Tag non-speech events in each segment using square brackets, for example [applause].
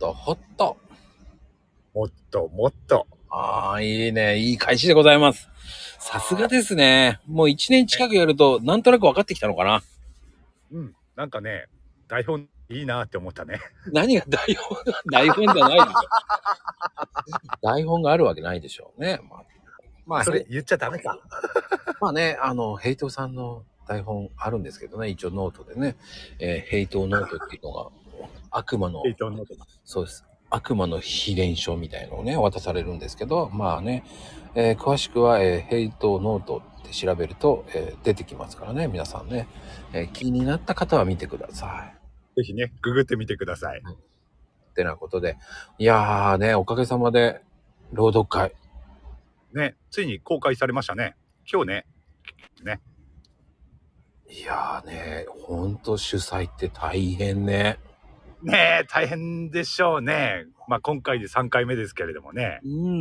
とほっと。もっともっと。ああ、いいね。いい開始でございます。さすがですね。もう一年近くやると、なんとなく分かってきたのかな。うん。なんかね、台本いいなって思ったね。何が台本台本じゃないでしょ。台本があるわけないでしょうね。まあ、まあ、そそれれ、言っちゃダメか。まあね、あの、ヘイトさんの台本あるんですけどね、一応ノートでね、えーヘイトノートっていうのが、悪魔のヘイトノート。そうです。悪魔の秘伝書みたいのをね、渡されるんですけど、まあね、えー詳しくは、えーヘイトノートって調べると、えー出てきますからね、皆さんね、えー気になった方は見てください。ぜひね、ググってみてください。ってなことで、いやーね、おかげさまで、朗読会、ね、ついに公開されましたね。今日ね。いやーね、ほんと主催って大変ね。ねえ、大変でしょうね。まあ今回で3回目ですけれどもね。うんうんう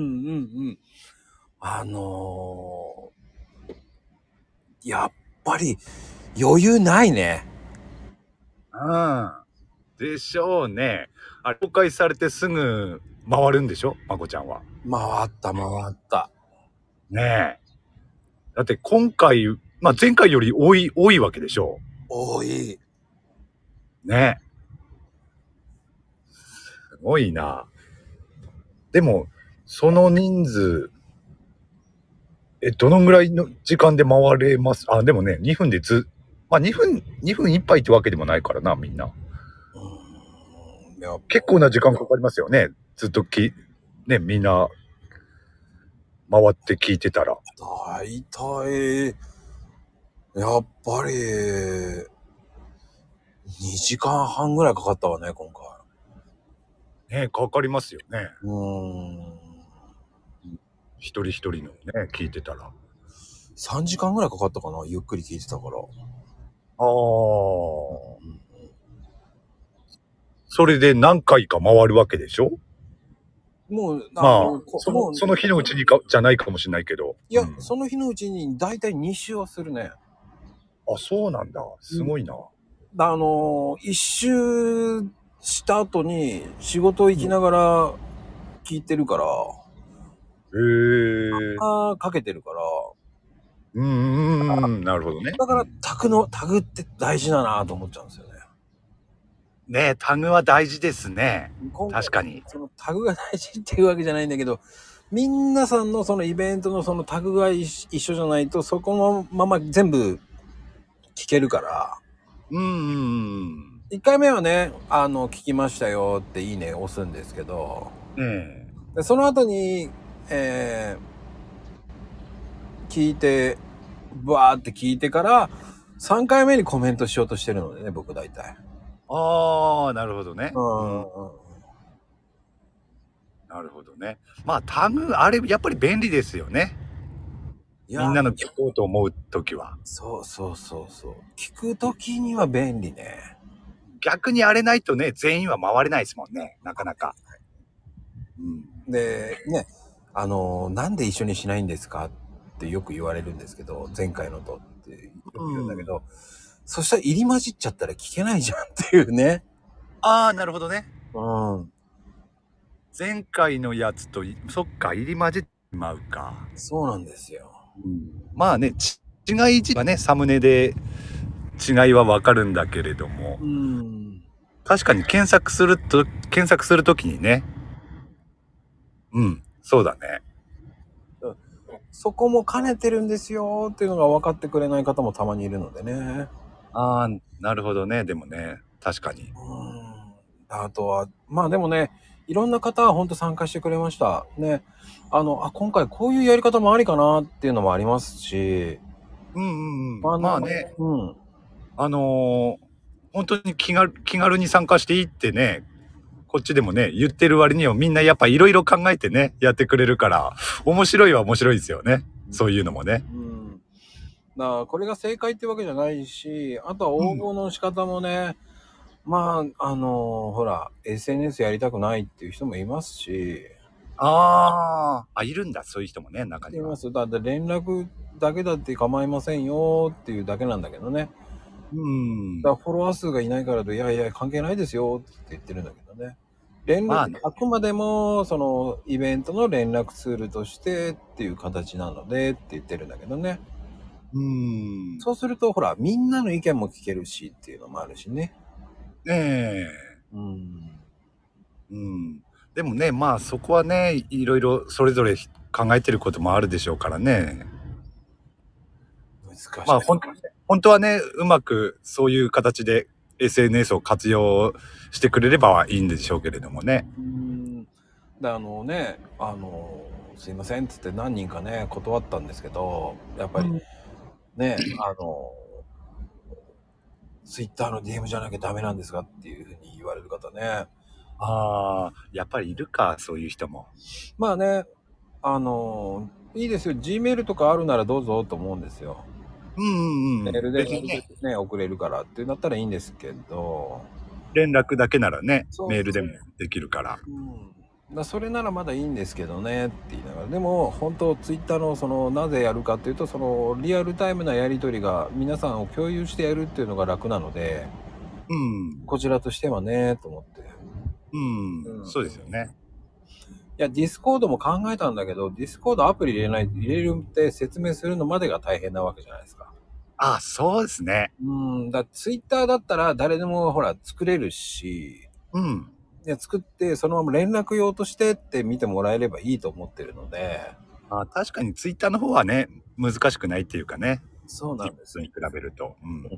ん。あのー、やっぱり余裕ないね。うん。でしょうね。あれ、公開されてすぐ回るんでしょまこちゃんは。回った回った。ねえ。だって今回、まあ前回より多い、多いわけでしょ多い。ねえ。すごいな。でも、その人数、え、どのぐらいの時間で回れますあ、でもね、2分でず、まあ2分、2分1杯ってわけでもないからな、みんな。いや結構な時間かかりますよね。ずっとき、ね、みんな、回って聞いてたら。大体、やっぱり、2時間半ぐらいかかったわね、今回。ね、かかりますよね。うーん。一人一人のね、聞いてたら。あ3時間ぐらいかかったかな、ゆっくり聞いてたから。あ。それで何回か回るわけでしょもう、まあの、こそものその日のうちにかじゃないかもしれないけど。いや、うんその日のうちに大体2周はするね。あ、そうなんだ。すごいな。あのー、1周した後に仕事行きながら聞いてるから、へえ。あーかけてるから、うんうんうん。なるほどね。だからタグの、タグって大事だなと思っちゃうんですよね。ねタグは大事ですね。今回確かに。そのタグが大事っていうわけじゃないんだけど、みんなさんのそのイベントのそのタグが一緒一緒じゃないと、そこのまま全部聞けるから、うんうん1回目はね、あの、聞きましたよっていいね押すんですけど、うん。えでその後に、えー聞いて、バーって聞いてから、3回目にコメントしようとしてるのでね、僕大体。え。ああ、なるほどね。うんうんなるほどね。まあタグ、あれ、やっぱり便利ですよね。いやみんなの聞こうと思うときは。そうそうそうそう。聞くときには便利ね。逆にあれないとね、全員は回れないですもんね。なかなか。うん。で、ね、あの、なんで一緒にしないんですかってよく言われるんですけど、前回のとってよく言うんだけど、そしたら入り混じっちゃったら聞けないじゃんっていうね。ああ、なるほどね。うん。前回のやつといそっか入り混じってしまうか、そうなんですよ。まあねち違い自体はねサムネで違いはわかるんだけれどもうん。確かに検索すると検索するときにねうんそうだねそこも兼ねてるんですよっていうのが分かってくれない方もたまにいるのでね。ああなるほどねでもね確かにうん。あとは、まあでもね、いろんな方は本当参加してくれました。ね。あの、あ、今回こういうやり方もありかなっていうのもありますし。うんうんあうのんまあね。うん。あのー本当に気軽気軽に参加していいってねこっちでもね言ってる割にはみんなやっぱいろいろ考えてねやってくれるから面白いは面白いですよねそういうのもねうん。だからこれが正解ってわけじゃないし、あとは応募の仕方もね、まあ、あのほら、SNS やりたくないっていう人もいますし、ああ。あ、いるんだ、そういう人もね、中にいは。ます。だって連絡だけだって構いませんよっていうだけなんだけどね。うんだ。からフォロワー数がいないからと、いやいや、関係ないですよって言ってるんだけどね。連絡、まああねくまでも、その、イベントの連絡ツールとしてっていう形なのでって言ってるんだけどね。うーん。そうすると、ほら、みんなの意見も聞けるしっていうのもあるしね。ねえ。うん。うん。でもね、まあそこはね、いろいろそれぞれ考えてることもあるでしょうからね。難しい。まあ本当本当はね、うまくそういう形で SNS を活用してくれればいいんでしょうけれどもね。うん。で、あのね、あの、すいませんっつって何人かね、断ったんですけど、やっぱりうんね、あの、ツイッターの DM じゃなきゃダメなんですがっていうふうに言われる方ね。ああ、やっぱりいるか、そういう人も。まあね、あの、いいですよ。Gmail とかあるならどうぞと思うんですよ。うんうんうメん。ールで別にねね、送れるからってなったらいいんですけど、連絡だけならねそう、メールでもできるから。うん、だそれならまだいいんですけどねって言いながらでも本当ツイッターのそのなぜやるかっていうとそのリアルタイムなやり取りが皆さんを共有してやるっていうのが楽なのでうん。こちらとしてはねと思っていうん。うんそうですよね。やディスコードも考えたんだけどディスコードアプリ入れない入れるって説明するのまでが大変なわけじゃないですかああ、そうですね。うんだツイッターだったら誰でもほら作れるしうん。で作ってそのまま連絡用としてって見てもらえればいいと思ってるのであー確かにツイッターの方はね、難しくないっていうかね。そうなんですそれに比べると。うん。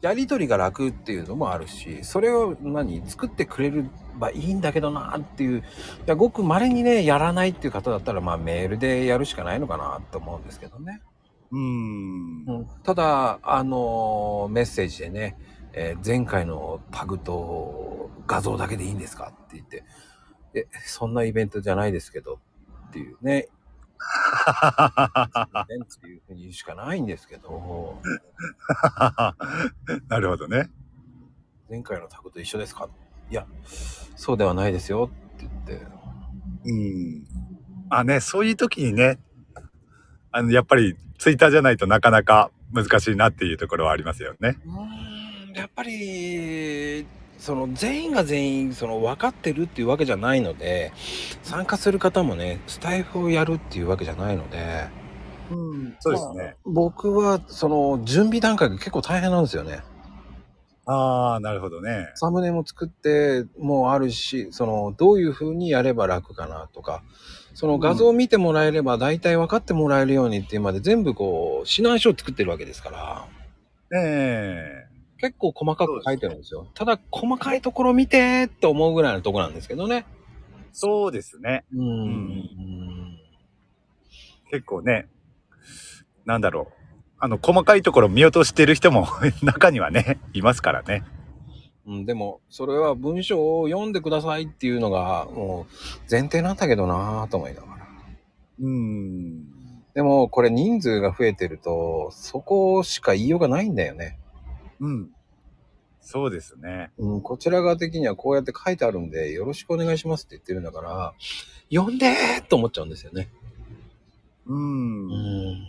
やり取りが楽っていうのもあるし、それを何作ってくれればいいんだけどなっていう、いやごく稀にね、やらないっていう方だったら、まあメールでやるしかないのかなと思うんですけどね。うん。 [laughs] うん、ただ、あのーメッセージでね、えー前回のタグと画像だけでいいんですかって言って、え、そんなイベントじゃないですけどっていうね、っていうふうに言うしかないんですけど、なるほどね。前回のタグと一緒ですかいや、そうではないですよって言って。うん。あね、そういう時にね、あの、やっぱりツイッターじゃないとなかなか難しいなっていうところはありますよね。うーんやっぱりその全員が全員その分かってるっていうわけじゃないので参加する方もねスタイフをやるっていうわけじゃないのでうん。そうですね。僕はその準備段階が結構大変なんですよねああ、なるほどね。サムネも作ってもあるしそのどういう風にやれば楽かなとかその画像を見てもらえれば大体分かってもらえるようにっていうまで全部こう指南書を作ってるわけですからええ結構細かく書いてるんですよただ細かいところ見てーって思うぐらいのとこなんですけどねそうですね。うんん結構ね、なんだろう。あの、細かいところ見落としてる人も [laughs] 中にはね、いますからね。うん、でも、それは文章を読んでくださいっていうのが、もう前提なんだけどなぁと思いながら。うん。でも、これ人数が増えてると、そこしか言いようがないんだよね。うん。そうですね。うん、こちら側的にはこうやって書いてあるんで、よろしくお願いしますって言ってるんだから、読んでーと思っちゃうんですよね。うんん。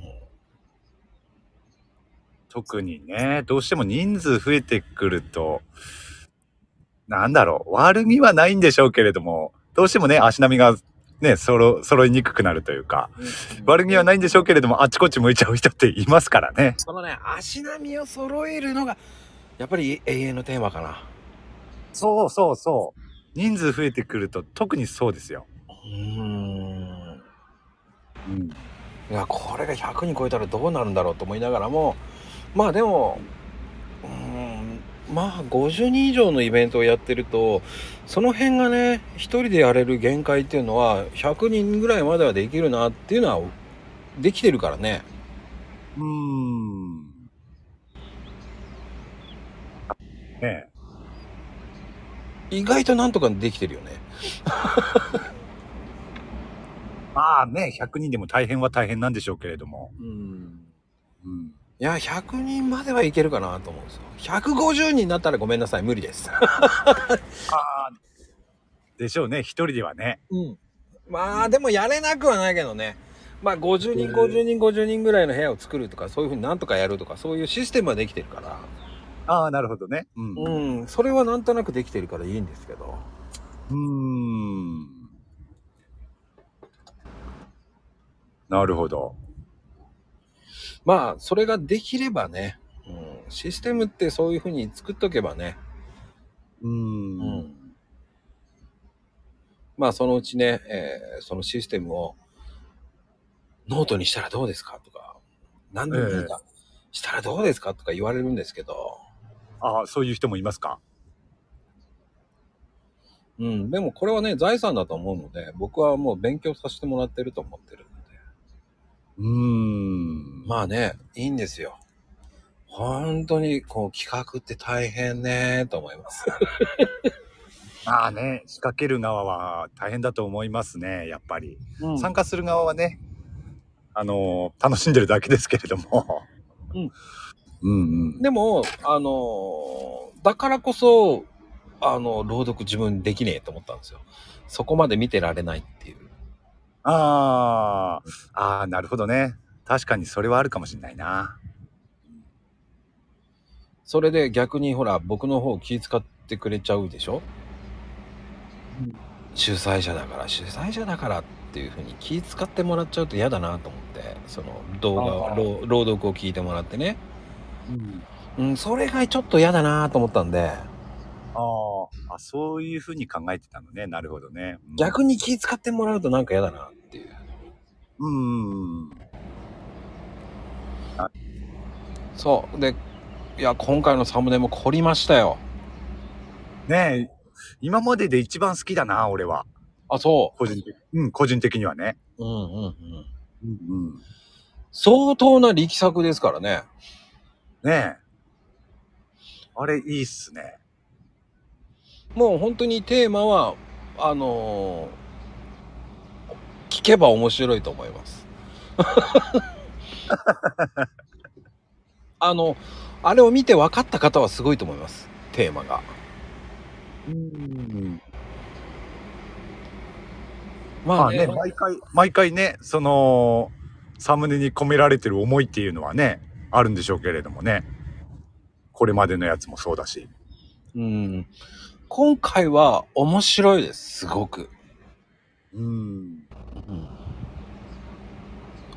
特にね、どうしても人数増えてくると、なんだろう、悪みはないんでしょうけれども、どうしてもね、足並みがね、揃、揃いにくくなるというか、悪みはないんでしょうけれども、あちこち向いちゃう人っていますからね。そのね、足並みを揃えるのが、やっぱり永遠のテーマかな。そうそうそう。人数増えてくると特にそうですよ。うん。うん。いやこれが100人超えたらどうなるんだろうと思いながらもまあでもうーんまあ50人以上のイベントをやってるとその辺がね一人でやれる限界っていうのは100人ぐらいまではできるなっていうのはできてるからね。うーん。ねえ意外となんとかできてるよね。まあね、100人でも大変は大変なんでしょうけれども。うん。うん。いや、100人まではいけるかなと思うんですよ。150人になったらごめんなさい、無理です。あーでしょうね、一人ではね。うん。まあ、でもやれなくはないけどね。まあ、50人、50人、50人ぐらいの部屋を作るとか、そういうふうになんとかやるとか、そういうシステムはできてるから。ああ、なるほどね。うん。うん。それはなんとなくできてるからいいんですけど。うーん。なるほど。まあ、それができればね、うん、システムってそういうふうに作っとけばね、うーん。うんまあ、そのうちね、えーそのシステムをノートにしたらどうですかとか、何でもいいか、したらどうですかとか言われるんですけど、ああ、そういう人もいますか。うん、でもこれはね、財産だと思うので、僕はもう勉強させてもらってると思ってるので。うーん。まあね、いいんですよ。本当に、こう、企画って大変ねと思います。まあね、仕掛ける側は大変だと思いますね、やっぱり。うん参加する側はね、あのー楽しんでるだけですけれども。うん。うんうん。でも、あのーだからこそ、あの、朗読自分できねえと思ったんですよ。そこまで見てられないっていう。ああ、ああ、なるほどね。確かにそれはあるかもしれないな。それで逆にほら、僕の方気遣ってくれちゃうでしょ、うん主催者だから、主催者だからっていうふうに気遣ってもらっちゃうと嫌だなと思って、その動画あを、ー朗朗読を聞いてもらってね。うん、うん、それがちょっと嫌だなと思ったんで、あーあ、そういうふうに考えてたのね。なるほどね。うん逆に気遣ってもらうとなんか嫌だなっていう。うん。そう。で、いや、今回のサムネも凝りましたよ。ねえ、今までで一番好きだな、俺は。あ、そ個人的うん、個人的にはね。う。うんうんうん。うん、うん。相当な力作ですからね。ねえ。あれ、いいっすね。もう本当にテーマは、あのー聞けば面白いと思い [laughs] ます。あの、あれを見て分かった方はすごいと思います。テーマが。うん。ままああねね、、毎回、毎回ね、その、サムネに込められてる思いっていうのはね、あるんでしょうけれどもね。これまでのやつもそうだし。うん。今回は面白いです。すごく。うん。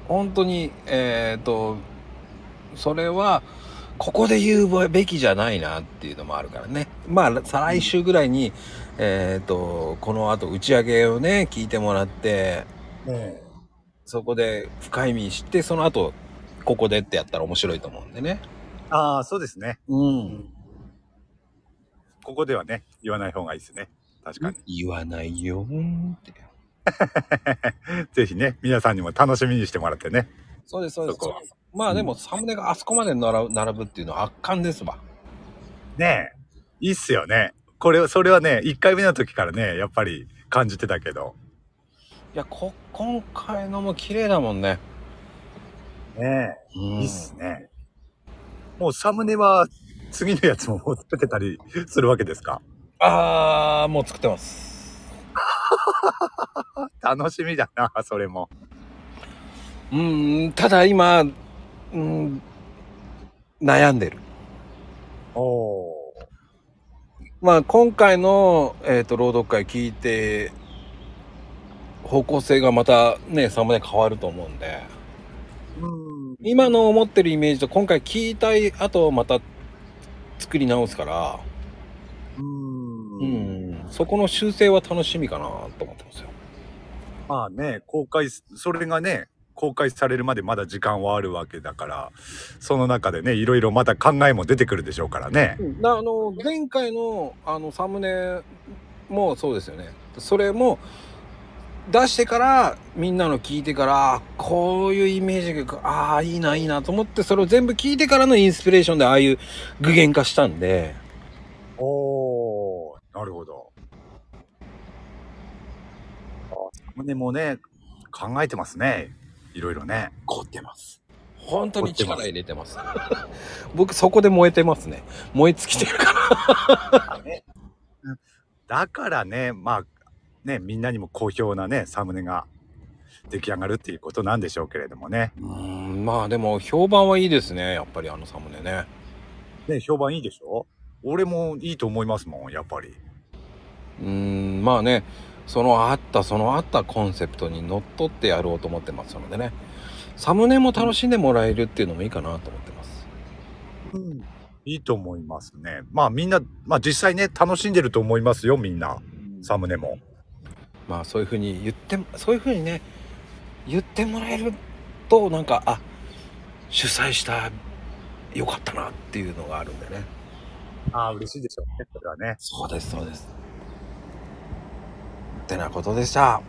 本当にえっ、とそれはここで言うべきじゃないなっていうのもあるからねまあ再来週ぐらいに、えっ、とこの後打ち上げをね聞いてもらってねそこで深い意味知ってその後ここでってやったら面白いと思うんでねああ、そうですね。うんここではね、言わない方がいいですね。確かに。言わないよーってぜひね、皆さんにも楽しみにしてもらってね。そうですそうですそこはまあでもサムネがあそこまで並ぶ並ぶっていうのは圧巻ですわねえ、いいっすよね。これ、それはね、1回目の時からね、やっぱり感じてたけど。いやこ今回のも綺麗だもんねねうえ、んいいっすね。もうサムネは次のやつももう作ってたりするわけですかあー、もう作ってます。楽しみだな、それも。うん、ただ今、うん、悩んでる。おお。まあ、今回の、えっ、と、朗読会聞いて、方向性がまたね、サムネ変わると思うんで、うん。今の思ってるイメージと今回聞いたい後また作り直すから、うん。うん、そこの修正は楽しみかなと思ってますよ。まあね、公開す、それがね、公開されるまでまだ時間はあるわけだから、その中でね、いろいろまた考えも出てくるでしょうからね。なあの前回のあのサムネもそうですよねそれも出してからみんなの聞いてからあこういうイメージがああいいないいなと思ってそれを全部聞いてからのインスピレーションでああいう具現化したんでおお、なるほど。あ、サムネもね、考えてますね。いろいろね。凝ってます本当に力入れてます [laughs] 僕そこで燃えてますね燃え尽きてるからだからね、まあ、ね、みんなにも好評なね、サムネが出来上がるっていうことなんでしょうけれどもね。うんまあでも評判はいいですねやっぱりあのサムネねね、評判いいでしょ俺もいいと思いますもん、やっぱり。うーんうん、まあね、そのあったそのあったコンセプトにのっとってやろうと思ってますのでね、サムネも楽しんでもらえるっていうのもいいかなと思ってます。うんいいと思いますね。まあみんな、まあ実際ね、楽しんでると思いますよ、みんな。サムネも。まあそういうふうに言って、そういうふうにね、言ってもらえると、なんか、あ、主催した、よかったなっていうのがあるんでね。ああ、嬉しいでしょうね、それはね。そうです、そうです。ってなことでした。